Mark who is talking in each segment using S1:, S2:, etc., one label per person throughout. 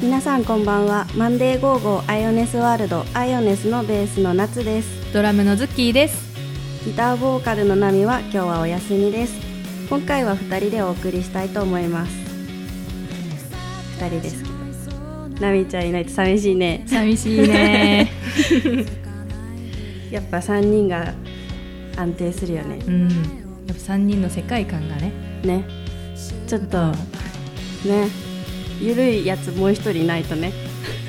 S1: 皆さんこんばんはマンデーゴーゴーアイオネスワールドアイオネスのベースの夏です
S2: ドラムのズッキーです
S1: ギターボーカルのナミは今日はお休みです今回は2人でお送りしたいと思います2人ですけどナミちゃんいないと寂しいね
S2: 寂しいね
S1: やっぱ3人が安定するよね
S2: うんやっぱ3人の世界観がね
S1: ねちょっとねゆるいやつもう一人いないとね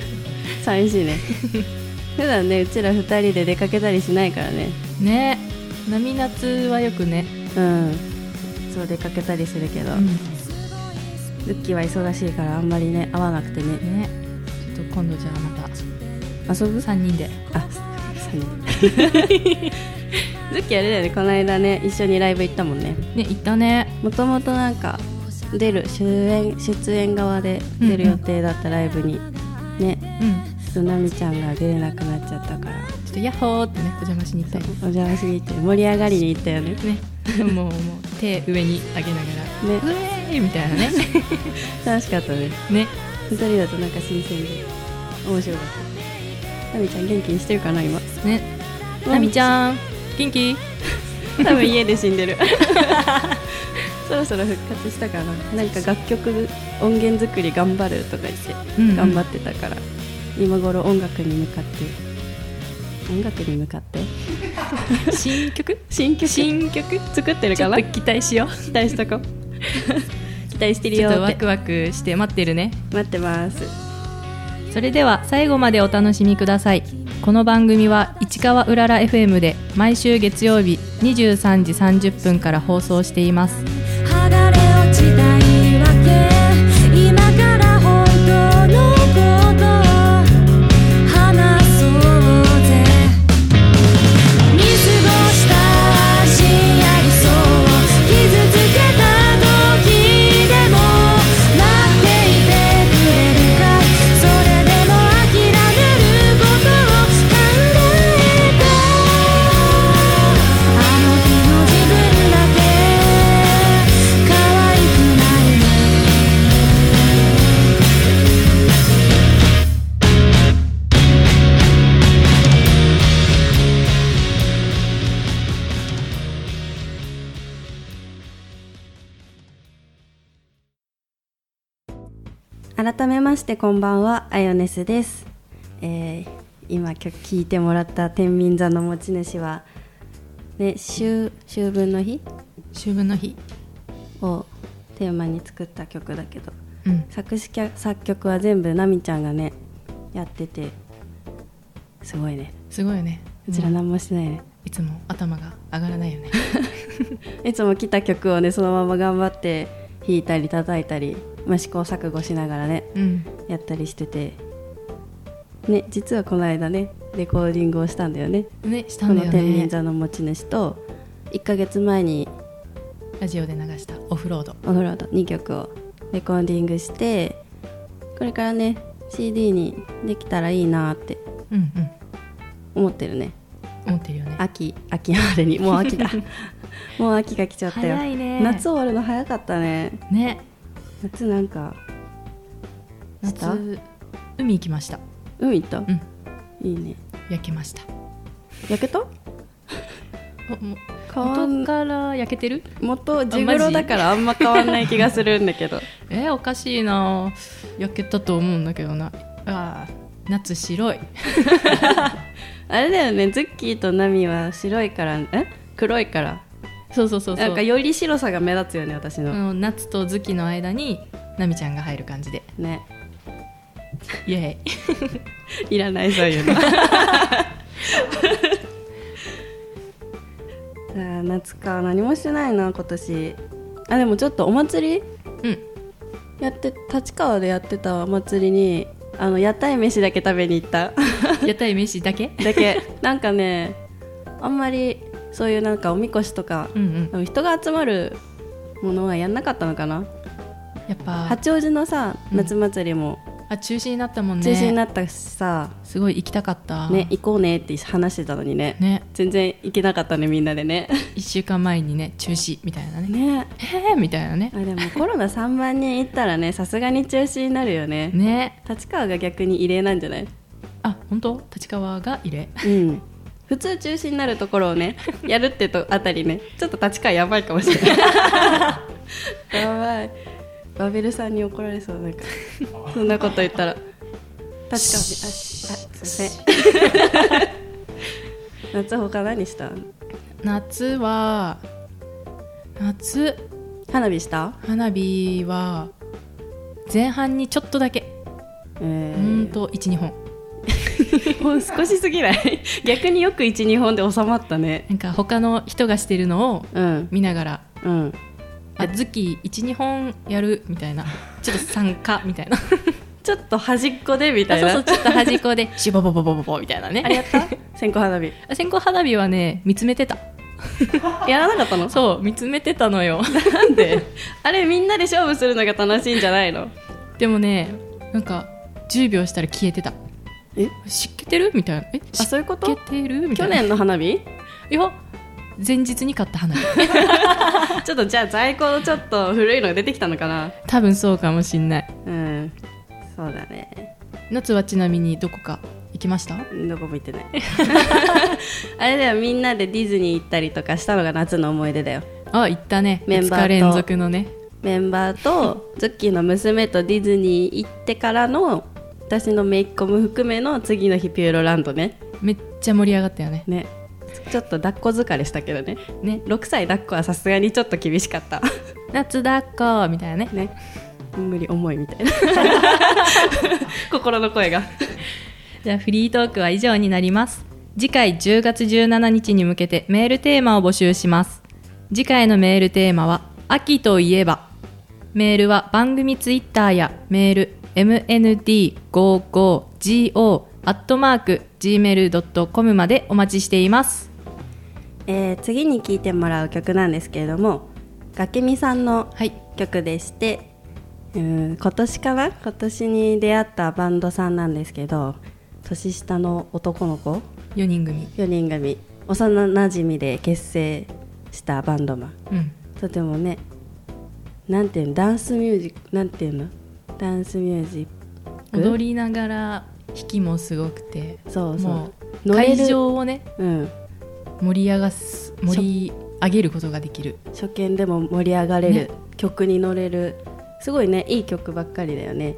S1: 寂しいね普段ねうちら二人で出かけたりしないからね
S2: ね波夏はよくね、
S1: うんそう出かけたりするけど、ルッキーは忙しいからあんまりね会わなくてね
S2: ねちょっと今度じゃあま
S1: 遊
S2: た
S1: ぶ
S2: 3人で
S1: あそう ねルッキーあれだよねこの間ね一緒にライブ行ったもんね
S2: ね行ったね
S1: もともとなんか出る主演出演側で出る予定だったライブに、ね
S2: うん
S1: ちょっと奈美ちゃんが出れなくなっちゃったから
S2: ちょっとヤッホーってねお邪魔しに行ったり
S1: お邪魔しに行って盛り上がりに行ったよね
S2: ねもうもう手上に上げなが
S1: ね
S2: ら「うえー!」みたいなね
S1: 楽しかったね
S2: ね
S1: 一人だとなんか新鮮で面白かった奈美ちゃん元気にしてるかな今
S2: ねナミち
S1: ん
S2: ゃん元気
S1: 多分家で死んでる そろそろ復活したかななんか楽曲音源作り頑張るとか言って頑張ってたから、今頃音楽に向かって音楽に向かって
S2: て新曲
S1: 新曲
S2: 新曲
S1: 作ってるかな
S2: ちょっと期待しよう
S1: 期待しとこう 期待してる
S2: ち
S1: よ
S2: ょっと
S1: っ
S2: ワ
S1: て
S2: クワクして待ってるね
S1: 待ってます
S2: それでは最後までお楽しみくださいこの番組は市川うらら FM で毎週月曜日23時30分から放送しています
S3: 剥がれ落ちた言い訳今から本当のことを話そうぜ見過ごしたしやりそう傷つけた時でも待っていてくれるかそれでも諦めることを考えたあの日の自分だけ可愛くないね
S1: 改めましてこんばんはあよねすです、えー今曲聴いてもらった天秤座の持ち主はね秋秋分の日
S2: 秋分の日
S1: をテーマに作った曲だけど
S2: うん
S1: 作詞曲作曲は全部奈美ちゃんがねやっててすごいね
S2: すごいよね
S1: うちら
S2: も
S1: 何もしてないね、
S2: いつも頭が上がらないよね
S1: いつも来た曲をねそのまま頑張って弾いたり叩いたり、まあ、試行錯誤しながらね
S2: うん
S1: やったりしててね実はこの間ねレコーディングをしたんだよね
S2: ねした
S1: こ
S2: ん
S1: の
S2: だよ
S1: 天
S2: ね
S1: 秤座の持ち主と1ヶ月前に
S2: ラジオで流したオフロード
S1: オフロード2曲をレコーディングしてこれからね CD にできたらいいなって
S2: うんうん
S1: 思ってるね
S2: 思ってるよね
S1: 秋秋までにもう秋 だもう秋が来ちゃったよ
S2: 早いね
S1: 夏終わるの早かったね
S2: ね
S1: 夏なんかした
S2: 夏海行きました
S1: 海行った、
S2: ん
S1: いいね
S2: 焼けました
S1: 焼けた
S2: おもう
S1: 変わん
S2: 元から焼けてる
S1: 元
S2: ジ
S1: 地黒だからあんま変わんない気がするんだけど
S2: えーおかしいな焼けたと思うんだけどなあー夏白い
S1: あれだよねズッキーとナミは白いからえ黒いから
S2: そうそうそうそう
S1: なんかより白さが目立つよね私
S2: あ
S1: の、
S2: の夏と月の間にナミちゃんが入る感じで
S1: ね
S2: イエ ーイ
S1: いらないそう いうのさあ夏か何もしてないな今年あでもちょっとお祭り
S2: うん
S1: やって立川でやってたお祭りにあの屋台飯だけ食べに行った
S2: 屋台飯だけ
S1: だけなんかねあんまりそういうなんかおみこしとか
S2: う、んうん
S1: 人が集まるものはやんなかったのかな
S2: やっぱ
S1: 八王子のさ
S2: うん
S1: 夏祭りも
S2: あ中止になったもんね
S1: 中止になったしさ、
S2: すごい行きたかった
S1: ね、行こうねって話してたのにね
S2: ね
S1: 全然行けなかったねみんなでね
S2: 1週間前にね中止みたいなね
S1: ね
S2: えーみたいなね
S1: あでもコロナ3万人行ったらねさすがに中止になるよね
S2: ね
S1: 立川が逆に異例なんじゃない
S2: あ本当立川が入れ
S1: うん普通中止になるところをね やるってとあたりねちょっと立川やばいかもしれない やばいバベルさんに怒られそう なんかそんなこと言ったら立川ああすいません 夏他何した
S2: 夏は夏
S1: 花火した
S2: 花火は前半にちょっとだけ
S1: え
S2: ほんと12本
S1: もう少しすぎない 逆によく12本で収まったね
S2: なんか他の人がしてるのを
S1: うん
S2: 見ながら
S1: うん
S2: あ月12本やるみた いなちょっと参加みたいな
S1: ちょっと端っこでみたいな
S2: あそうそうちょっと端っこで シュボボボボボボみたいなね
S1: あれやった 線香花火
S2: あ線香花火はね見つめてた
S1: やらなかったの
S2: そう見つめてたのよ
S1: なんであれみんなで勝負するのが楽しいんじゃないの
S2: でもねなんか10秒したら消えてた
S1: え
S2: 湿気てるみたいなえ
S1: あそういうこと
S2: 湿気てるみ
S1: 去
S2: たいな
S1: 年の花 火
S2: いや前日に買った花火
S1: ちょっとじゃあ在庫のちょっと古いのが出てきたのかな
S2: 多分そうかもしんない
S1: うんそうだね
S2: 夏はちなみにどこか行きました
S1: どこも行って ない あれだよみんなでディズニー行ったりとかしたのが夏の思い出だよ
S2: あ行ったね
S1: メンバーと
S2: 2日連続のね
S1: メンバーとズッキーの娘とディズニー行ってからの私の姪っ子も含めの次の日ピューロランドね
S2: めっちゃ盛り上がったよね
S1: ねちょっと抱っこ疲れしたけどね
S2: ね
S1: 6歳抱っこはさすがにちょっと厳しかった
S2: 夏だっこみたいなね
S1: ね無理重いみたいな 心の声が
S2: じゃあフリートークは以上になります。次回10月17日に向けてメールテーマを募集します。次回のメールテーマは秋といえば。メールは番組ツイッターやメール mnd55go アットマーク gmail.com までお待ちしています。
S1: えー次に聴いてもらう曲なんですけれどもがけみさんの
S2: はい。
S1: 曲でして、うん今年かな今年に出会ったバンドさんなんですけど年下の男の子
S2: 4人組。
S1: 4人組幼なじみで結成したバンドマン
S2: うん。
S1: とてもねなんていうのダンスミュージックなんていうのダンスミュージック
S2: 踊りながら弾きもすごくて。
S1: そうそう
S2: もう
S1: 乗れる
S2: 会場をね、
S1: うん
S2: 盛り上がす、盛り上げることができる。
S1: 初見でも盛り上がれる、
S2: ね
S1: 曲に乗れるすごいねいい曲ばっかりだよね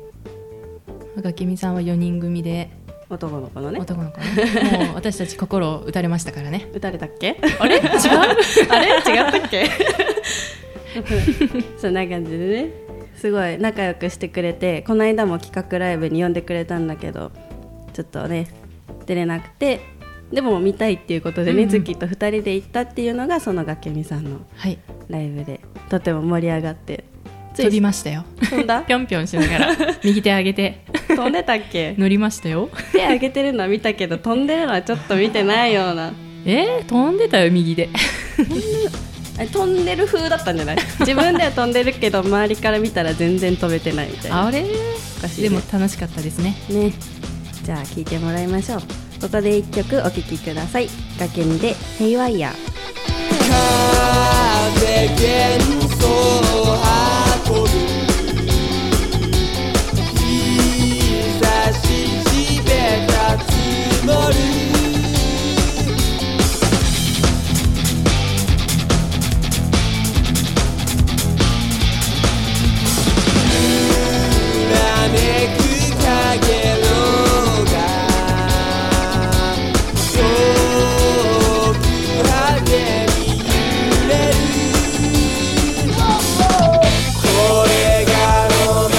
S2: 赤木美さんは4人組で
S1: 男の子のね
S2: 男の子ね もう私たち心を打たれましたからね
S1: 打たれたっけ
S2: あ れ違う
S1: あれ違ったっけ そんな感じでねすごい仲良くしてくれてこの間も企画ライブに呼んでくれたんだけどちょっとね出れなくてでも見たいっていうことでね、
S2: うんうん
S1: ズッキーと2人で行ったっていうのがそのがけみさんの
S2: はい
S1: ライブでとても盛り上がって
S2: 飛びましたよ
S1: 飛んだ
S2: ぴょんぴょんしながら右手上げて
S1: 飛んでたっけ
S2: 乗りましたよ
S1: 手上げてるのは見たけど飛んでるのはちょっと見てないような
S2: えー、飛んでたよ右で
S1: あ飛んでる風だったんじゃない自分では飛んでるけど周りから見たら全然飛べてないみたいな
S2: あれ
S1: かしいね
S2: でも楽しかったですね
S1: ねじゃあ聞いてもらいましょうここで一曲お聴きください崖にで「ヘイワイヤー」
S4: 風幻想を運ぶ日差し地べた積もる揺らめく影のが遠く風に揺れるこれ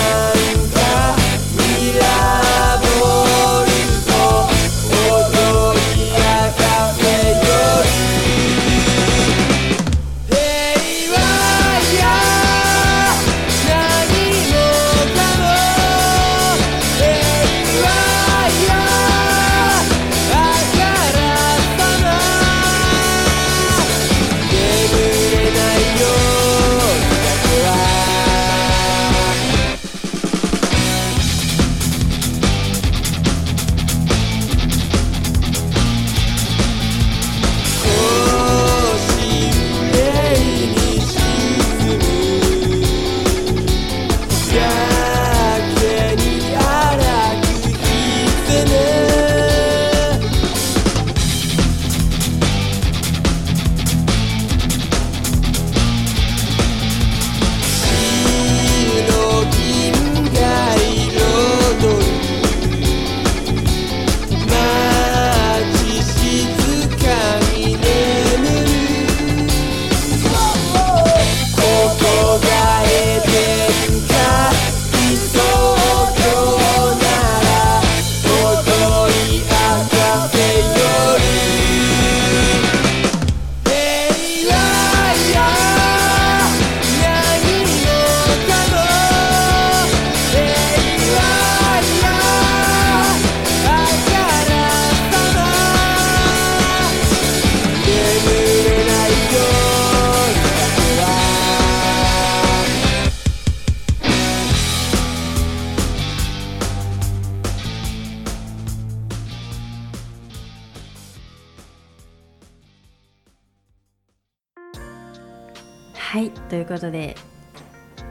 S1: はいということで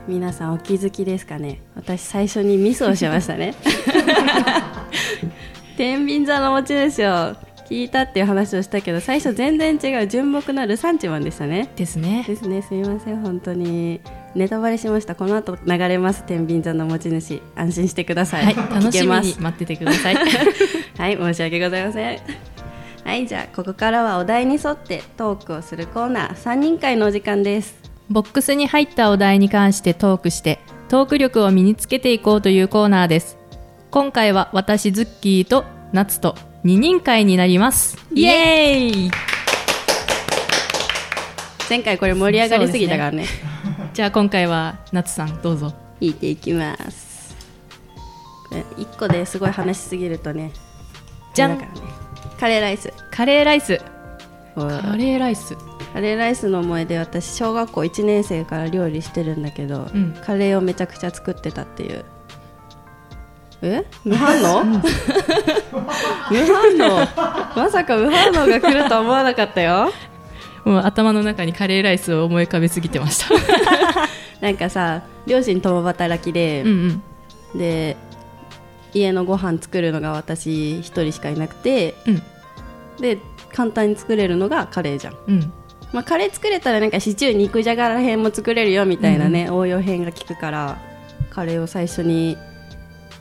S1: 皆さんお気づきですかね私最初にミスをしました ね天秤座の持ち主を聞いたっていう話をしたけど最初全然違う純木なるサンチマンでしたね
S2: ですね
S1: ですねすみません本当にネタバレしましたこの後流れます天秤座の持ち主安心してください、
S2: はい、
S1: 聞
S2: 楽し
S1: け
S2: みに
S1: ます
S2: 待っててください
S1: はい、申し訳ございません。はい、じゃあここからはお題に沿ってトークをするコーナー三人会のお時間です。
S2: ボックスに入ったお題に関してトークしてトーク力を身につけていこうというコーナーです今回は私ズッキーとナツと二人会になりますイエーイ
S1: 前回これ盛り上がりすぎたからね。
S2: じゃあ今回はナツさんどうぞ
S1: 引いていきます。これ一個ですごい話しすぎるとね。
S2: じゃん
S1: あれだからねカレーライス。
S2: カレーライスカ
S1: カ
S2: レーライス
S1: レーライスの思い出私小学校1年生から料理してるんだけど、
S2: うん
S1: カレーをめちゃくちゃ作ってたっていう え無反応無反応まさか無反応が来るとは思わなかったよ
S2: もう頭の中にカレーライスを思い浮かべすぎてました
S1: なんかさ両親共働きで、
S2: うんうん
S1: で家のご飯作るのが私一人しかいなくて
S2: うん
S1: で簡単に作れるのがカレーじゃん
S2: うん
S1: まあ、カレー作れたらなんかシチュー肉じゃがら辺も作れるよみたいなね、応用編が効くからカレーを最初に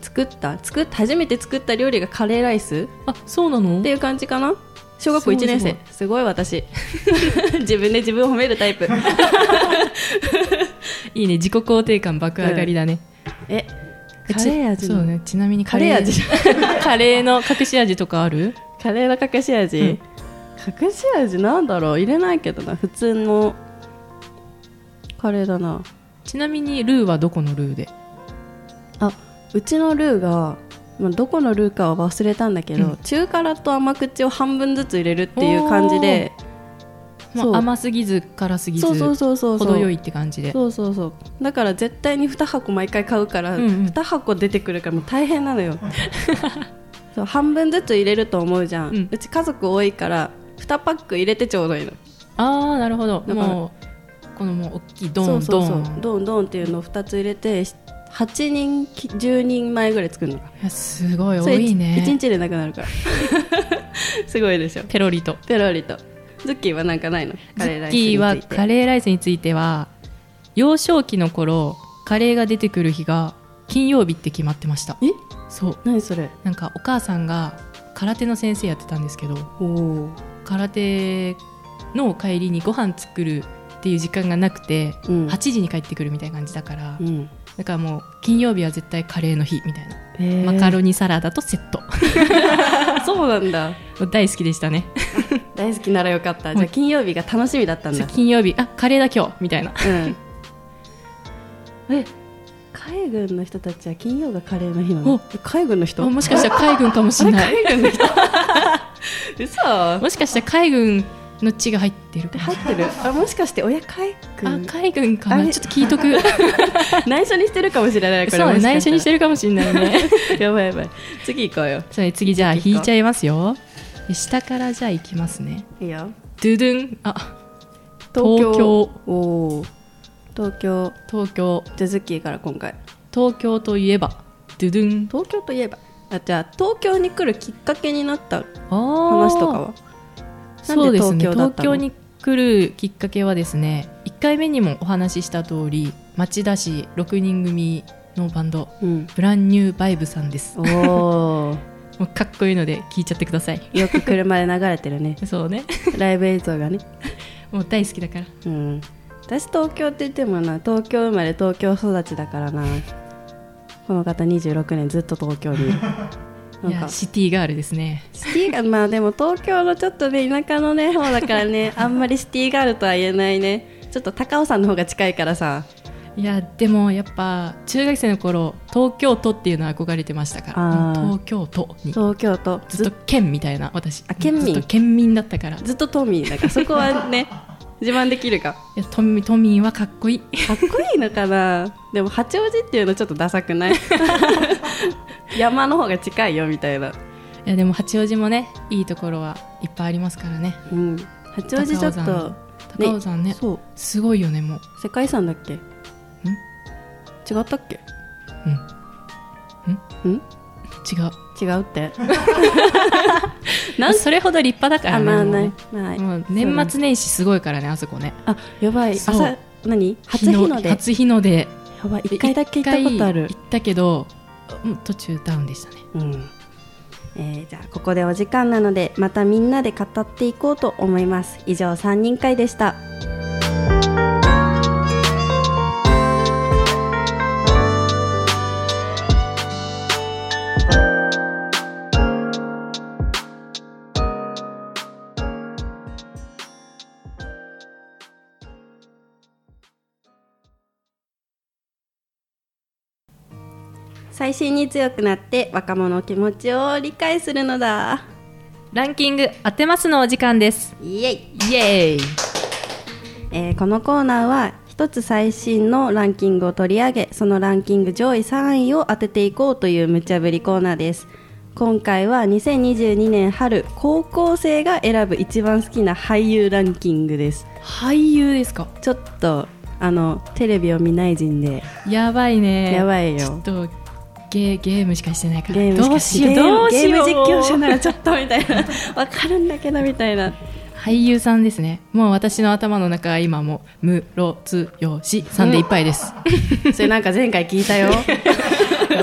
S1: 作った作っ初めて作った料理がカレーライス
S2: あそうなの
S1: っていう感じかな小学校
S2: すご
S1: 1
S2: い
S1: 年生
S2: す
S1: すごい私 自分で自分を褒めるタイプ
S2: いいね自己肯定感爆上がりだね、
S1: えカレー味
S2: そう
S1: の、
S2: ねちなみにカ
S1: カ
S2: レー
S1: レー味
S2: カレーの隠し味とかある
S1: カレーの隠し味、
S2: うん
S1: 隠し味なんだろう入れないけどな普通のカレーだな
S2: ちなみにルーはどこのルーで
S1: あうちのルーがまあどこのルーかは忘れたんだけど、
S2: うん
S1: 中辛と甘口を半分ずつ入れるっていう感じで
S2: ま
S1: そう
S2: あ、甘すぎず辛すぎず
S1: そうそうそうそうそう
S2: 程よいって感じで
S1: そうそうそうだから絶対に2箱毎回買うから、
S2: うんうん
S1: 2箱出てくるからもう大変なの よそう半分ずつ入れると思うじゃん、
S2: う
S1: うんち家族多いから2パック入れてちょうどいいの
S2: ああなるほど
S1: だから
S2: もうこのもう大きいド
S1: そう
S2: ン
S1: そ
S2: ド
S1: うそう
S2: ン
S1: ドンドンっていうのを2つ入れて8人き10人前ぐらい作るのか
S2: いやすごい
S1: そ
S2: 多
S1: れ
S2: い
S1: 1
S2: ね
S1: 日でなくな るからすごいでしょ
S2: ペロリと
S1: ペロリとズッキーはなんかないの
S2: ズッキーはカ
S1: レー
S2: レーライスについては幼少期の頃カレーが出てくる日が金曜日って決まってました
S1: え
S2: そう
S1: 何それ
S2: なんかお母さんが空手の先生やってたんですけど
S1: おお
S2: 空手の帰りにご飯作るっていう時間がなくて、
S1: うん
S2: 8時に帰ってくるみたいな感じだから、
S1: うん
S2: だからもう金曜日は絶対カレーの日みたいな、
S1: え
S2: マカロニサラダとセット
S1: そうなんだ
S2: 大好きでしたね
S1: 大好きならよかったじゃ
S2: も
S1: あ
S2: う
S1: 金曜日が楽しみだったんだ
S2: 金曜日あカレーだ今日みたいな
S1: うんえ海軍の人たちは金曜がカレーの日な
S2: お
S1: のえ海軍の人
S2: あもしかしたら海軍かもしれ
S1: あ
S2: ない
S1: れ海軍の人 嘘
S2: もしかしたら海軍の血が入ってるかも
S1: 入ってるあもしかして親海
S2: あ
S1: 軍
S2: 海軍か
S1: あ
S2: な
S1: れ
S2: ちょっと聞いとく
S1: 内緒にしてるかもしれないこれ
S2: そう内緒にして
S1: る
S2: るかもしれない ね
S1: やばいやばい次行こうよ
S2: それ次じゃあ
S1: 次
S2: 引
S1: 行こう
S2: いちゃいますよ下からじゃあ行きますね
S1: いいよ
S2: ドゥドゥンあ
S1: 東京
S2: 東京
S1: おお東京
S2: 東京
S1: じゃあズッキーから今回
S2: 東京といえばドゥドゥン
S1: 東京といえばあじゃあ東京に来るきっかけになった話
S2: 話
S1: とかは
S2: そうですね
S1: なんで東京だ
S2: 東
S1: ったの
S2: 京に来るきっかけはですね1回目にもお話しした通り町田市6人組のバンド
S1: うん
S2: ブランニューバイブさんですも
S1: おー
S2: うかっこいいので聞いちゃってください
S1: よく車で流れてるね
S2: そうね
S1: ライブ映像がね
S2: もう大好きだから
S1: うん私東京って言ってもな東京生まれ東京育ちだからなこの方26年ずっと東京 にいるないん
S2: や
S1: かシ
S2: シティガールですね
S1: ティがまあでも東京のちょっとね田舎のね方だからねあんまりシティガールとは言えないねちょっと高尾さんの方が近いからさ
S2: いやでもやっぱ中学生の頃東京都っていうのは憧れてましたからも
S1: あー
S2: う東京都に
S1: 東京と
S2: ずっと県みたいな私
S1: あ県民
S2: ずっと県民だったからい
S1: ずっとトミーだからそこはね自慢できるか
S2: や都民都民はかっこいい
S1: かっこいいのかなでも八王子っていうのちょっとダサくない山の方が近いよみたいな、
S2: いやでも八王子もねいいところはいっぱいありますからね
S1: うん、八王子ちょっ
S2: 高尾
S1: と
S2: 高尾山ね
S1: そう
S2: すごいよねもう
S1: 世界遺産だっけん違ったっけん
S2: 違う
S1: 違うってなん
S2: それほど立派だから
S1: あ
S2: ね
S1: まあな
S2: も
S1: いうない
S2: もう年末年始すごいからねあそこね
S1: あやばい
S2: そう
S1: 朝何初日の出や
S2: 初日の出
S1: ばい一回だけ行ったことある
S2: 一回行ったけどうん途中ダウンでしたね
S1: うんえーじゃあここでお時間なのでまたみんなで語っていこうと思います以上3人会でした最新に強くなって若者の気持ちを理解するのだ
S2: ランキング当てますのお時間です
S1: イエイ
S2: イエーイ
S1: えーこのコーナーは一つ最新のランキングを取り上げそのランキング上位3位を当てていこうという無茶ぶりコーナーです今回は2022年春高校生が選ぶ一番好きな俳優ランキングです
S2: 俳優ですか
S1: ちょっとあのテレビを見ない人で
S2: やばいね
S1: や
S2: い
S1: ばい
S2: ちょっ
S1: よ
S2: とゲーゲームしかしてないから
S1: ゲームし
S2: ど
S1: か
S2: う
S1: し
S2: しよう
S1: ゲーム
S2: どうしよう
S1: ゲーム実況者ならちょっとみたいなわかるんだけどみたいな
S2: 俳優さんですねもう私の頭の中は今もうムロツヨシさんでいっぱ いです、
S1: それなんか前回聞いたよ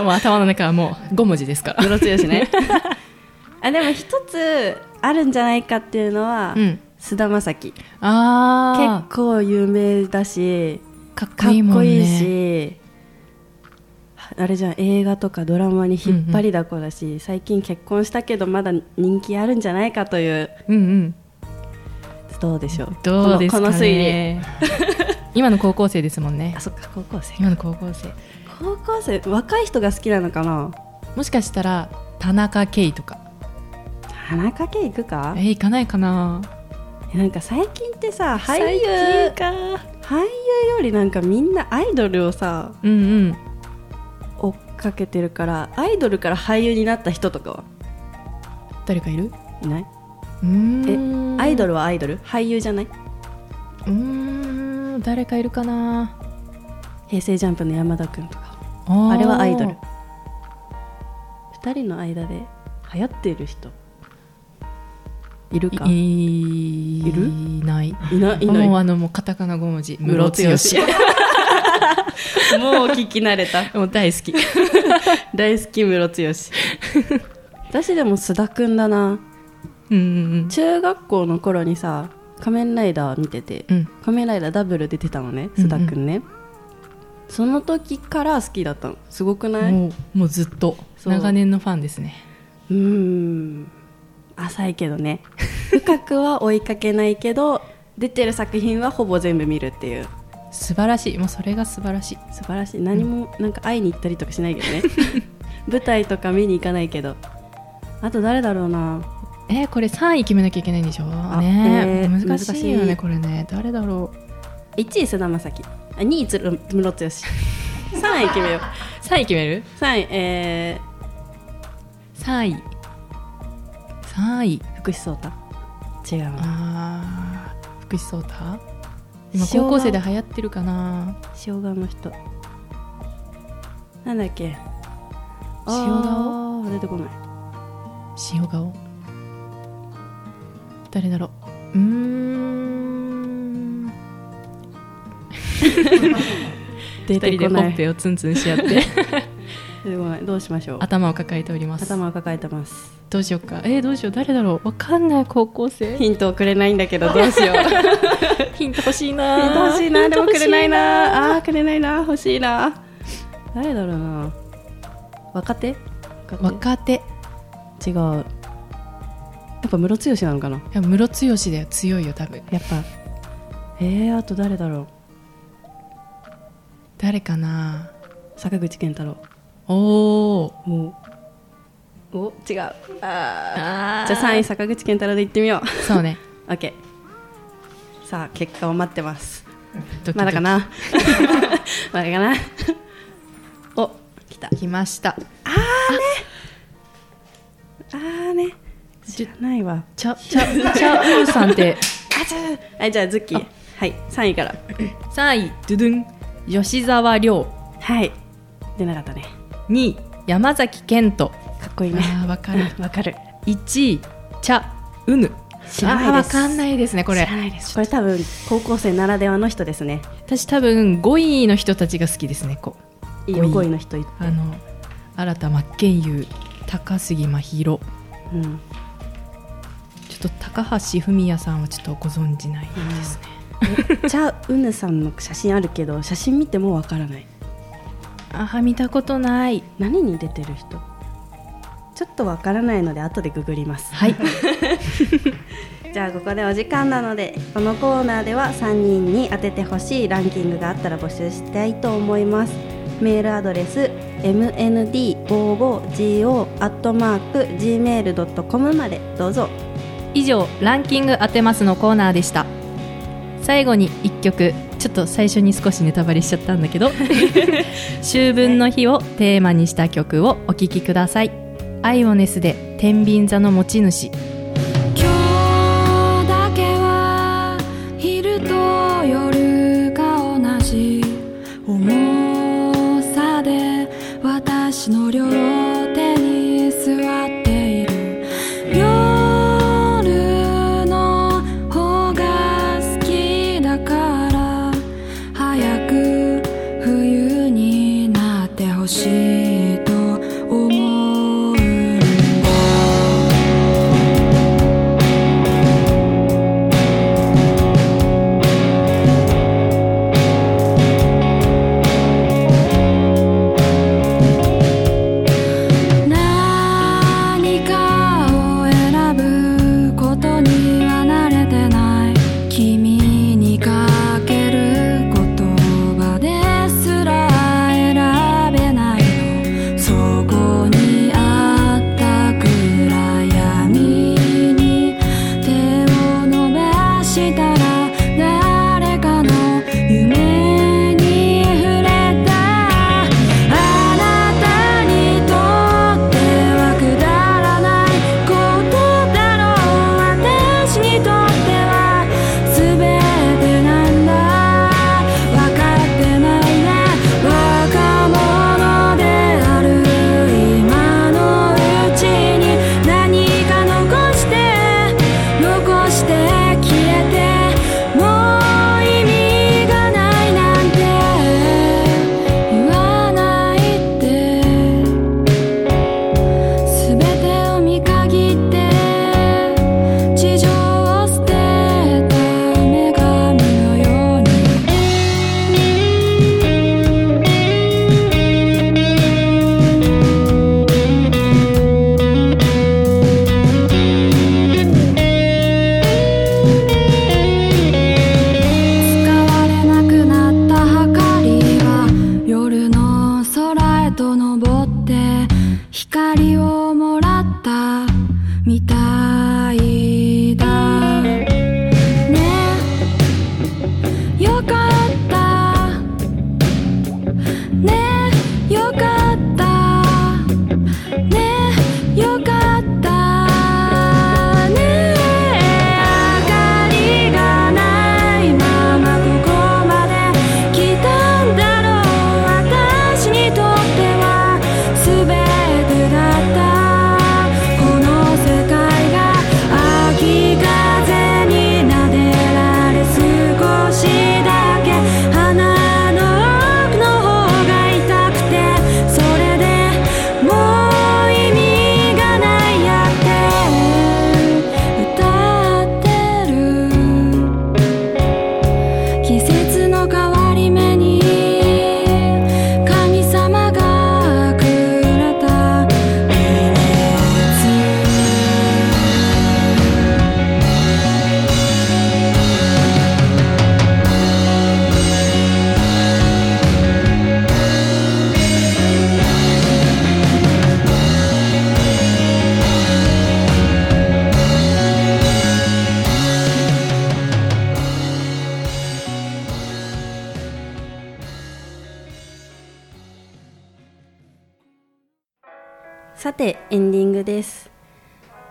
S2: もう頭の中はもう5文字ですから
S1: ムロツヨシ ねあでも一つあるんじゃないかっていうのは、
S2: うん
S1: 菅田将暉
S2: あ
S1: 結構有名だし
S2: あかっ
S1: か
S2: こ
S1: っ
S2: いいも
S1: こ
S2: ん
S1: いい
S2: ね
S1: しあれじゃん映画とかドラマに引っ張りだこだし、最近結婚したけどまだ人気あるんじゃないかという
S2: うんうん
S1: どうでしょう
S2: どうですか
S1: このこの推理
S2: ね今の高校生ですもんね
S1: あそっか高校生
S2: 今の高校生
S1: 高校生若い人が好きなのかな
S2: もしかしたら田中圭とか
S1: 田中圭行くか
S2: えー、行かないかな
S1: なんか最近ってさ俳優俳優よりなんかみんなアイドルをさ
S2: うんうん
S1: 追っかけてるからアイドルから俳優になった人とかは
S2: 誰かいる
S1: いないう
S2: ーん
S1: アイド
S2: ル
S1: ルはアイドル俳優じゃないう
S2: ーん誰かいるかな
S1: 平成ジャンプの山田君とか
S2: あ
S1: あれはアイドル2人の間で流行っている人いるかい
S2: い
S1: いる
S2: いない
S1: ないい
S2: もう
S1: ない
S2: あのもうカタカナ5文字
S1: ムロツヨシ
S2: ムロツヨ
S1: もう聞き慣れた
S2: シもう大好き
S1: 大好きムロツヨ シ私でも須田君だな
S2: うんうん
S1: 中学校の頃にさ「仮面ライダー」見てて
S2: うん
S1: 「仮面ライダーダブル」出てたのね須田君ね、その時から好きだったのすごくない
S2: もうもうずっと
S1: そう
S2: 長年のファンですね
S1: うーん浅いけどね深くは追いかけないけど出てる作品はほぼ全部見るっていう
S2: 素晴らしいもうそれが素晴らしい
S1: 素晴らしい何もなんか会いに行ったりとかしないけど ね舞台とか見に行かないけどあと誰だろうな
S2: えー、これ3位決めなきゃいけないんでしょね、
S1: えー
S2: 難しいよ
S1: 難し
S2: ね
S1: い
S2: これね誰だろう
S1: 1位菅田将暉あ2位つるムロツヨシ3位決めよう
S2: 3位決める
S1: 3位えー
S2: 3位3位
S1: 福士蒼汰違うな
S2: あー福士蒼太今
S1: 昭和
S2: 高校生で流行ってるかな
S1: 塩顔の人なんだっけ塩
S2: 顔
S1: 出てこない
S2: 塩顔誰だろううーん
S1: 出
S2: 二人
S1: てこ
S2: でほ
S1: ない
S2: っぺをツンツンし合って
S1: 出てこないどうしましょう
S2: 頭を抱えております
S1: 頭を抱えてます
S2: どうしようかえー、どうしよう誰だろうわかんない高校生
S1: ヒントをくれないんだけどどうしようヒン
S2: ヒント欲しい
S1: ト
S2: な
S1: 欲しいなでもくれないなあーくれないな欲しいな誰だろうな若手若
S2: 若手い
S1: 手違うやっぱムロツヨシなのかな
S2: やムロツヨシだよ強いよ多分
S1: やっぱえー、あと誰だろ
S2: 誰かな
S1: う坂口健太郎
S2: おお
S1: もうお違うあー
S2: あ
S1: じゃあ3位坂口健太郎でいってみよう
S2: そうね
S1: OK さあ結果を待ってます
S2: ドキ
S1: ま
S2: ドキ
S1: だかなまだかなお来た
S2: 来ました
S1: あーね知らないわ
S2: チャチャチャウーさんって
S1: あじゃあじゃあズッキーはい3位から
S2: 3位ドゥドゥン吉沢亮
S1: はい出なかったね
S2: 2位山崎賢人
S1: かっこいいね
S2: あーわ かる
S1: うんわかる
S2: 1位茶うぬ
S1: 知らないです
S2: あーわかんないですねこ
S1: これ
S2: れ
S1: 知らないですこれ多分高校生ならではの人ですね
S2: 私多分5位の人たちが好きですねこう
S1: いいよ
S2: 五位
S1: 5位の人い
S2: あの新田真剣佑高杉真宙
S1: うん
S2: ちょっと高橋文也さんはちょっとご存じないですね
S1: チャ・ウヌさんの写真あるけど写真見てもわからない
S2: ああ見たことない
S1: 何に出てる人ちょっとわからないので後でググります
S2: はい
S1: じゃあここでお時間なのでこのコーナーでは3人に当ててほしいランキングがあったら募集したいと思いますメールアドレス mnd55go.gmail.com までどうぞ
S2: 以上ランキング当てますのコーナーでした最後に1曲ちょっと最初に少しネタバレしちゃったんだけ ど秋分の日をテーマにした曲をお聴きくださいアイオネスで天秤座の持ち主
S3: 今日だけは昼と夜が同じ重さで私の両手に座っている夜の方が好きだから早く冬になってほしいと思うんだ何かを選ぶことには慣れてない君にかける言葉ですら選べないのそこにあった暗闇に手を伸ばしたら誰かの夢に触れた「あなたにとってはくだらないことだろう」「私にとっては全てなんだ」「分かってないね若者である今のうちに何か残して残して消えてもう意味がないなんて」言わないってすべてを見限って地上を捨てた女神のように使われなくなったはかりは夜の空へと登って光をもらったみたいだねよかったねよかったねえよかったね明かりがないままここまで来たんだろう私にとっては全てだったこの世界が秋風になでられ少しだけ花の奥の方が痛くてそれでもう意味がないやって歌ってる季節の変わり目に神様がくれた季節
S1: さてエンディングです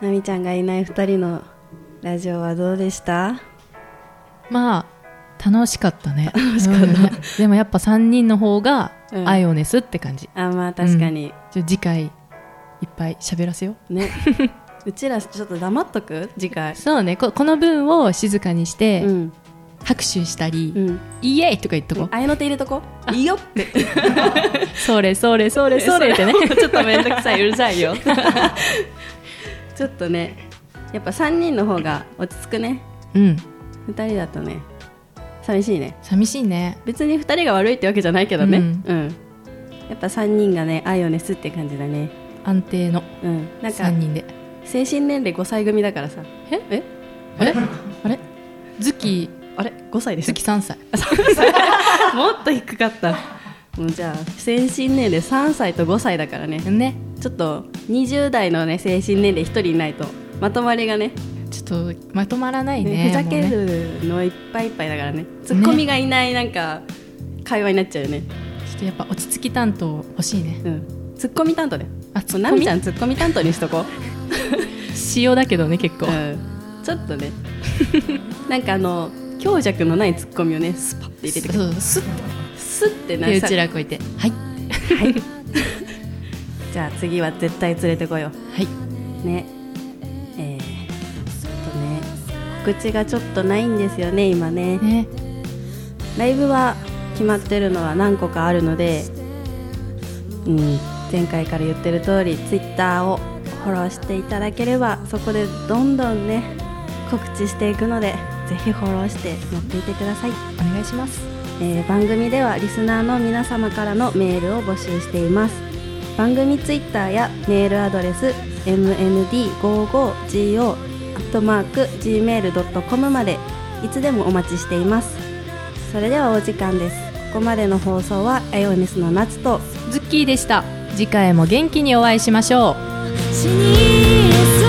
S1: なみちゃんがいない2人のラジオはどうでした
S2: まあ楽しかったね楽しかった、でもやっぱ3人の方が
S1: うん
S2: アイオネスって感じ、
S1: あまあ確かに、
S2: じゃあ次回いっぱい喋らせよう
S1: ね うちらちょっと黙っとく次回
S2: そうねここの分を静かにして、
S1: うん
S2: 拍手したり、
S1: うん
S2: イエイとか言っとこう、
S1: あやの手入れとこいいよって
S2: それそれそれそ
S1: そ
S2: れ
S1: れ
S2: っ
S1: ってて
S2: ね
S1: ね ちょっとめんどくさいうるさいよちょっとねやっぱ3人の方が落ち着くね
S2: うん
S1: 2人だとね寂しいね
S2: 寂しいね
S1: 別に2人が悪いってわけじゃないけどね
S2: う
S1: うんん、やっぱ3人がね愛をねすって感じだね
S2: 安定の
S1: うんなんか
S2: 3人で
S1: 精神年齢5歳組だからさ
S2: え
S1: え
S2: あれあれ月
S1: あれ5歳で
S2: 月3歳
S1: もっと低かったもうじゃあ精神年齢3歳と5歳だからね
S2: ね
S1: ちょっと20代のね精神年齢1人いないとまとまりがね
S2: ちょっとまとまらない
S1: ね
S2: ね
S1: ふざけ
S2: もうね
S1: るのいっぱいいっぱいだからねツッコミがいないなんか会話になっちゃうよね
S2: ちょっとやっぱ落ち着き担当欲しいね
S1: うんツッコミ担当で
S2: あツッコミ
S1: なみちゃんツッコミ担当にしとこう
S2: 塩だけどね結構、
S1: うん、ちょっとね なんかあの強弱のないツッコミをねスパッて入れてくる
S2: そうスッ
S1: スッてな
S2: てう
S1: さ
S2: ちらこいてはい
S1: じゃあ次は絶対連れてこよ
S2: はいう
S1: ねえー、あとね告知がちょっとないんですよね今ね
S2: ね
S1: ライブは決まってるのは何個かあるので、うん、前回から言ってる通りツイッターをフォローしていただければそこでどんどんね告知していくのでぜひフォローして乗っていてください
S2: お願いします
S1: えー番組ではリスナーの皆様からのメールを募集しています番組ツイッターやメールアドレス mnd55go.gmail.com までいつでもお待ちしていますそれではお時間ですここまでの放送はアイオネスの夏と
S2: ズッキーでした次回も元気にお会いしましょう
S3: 死にそう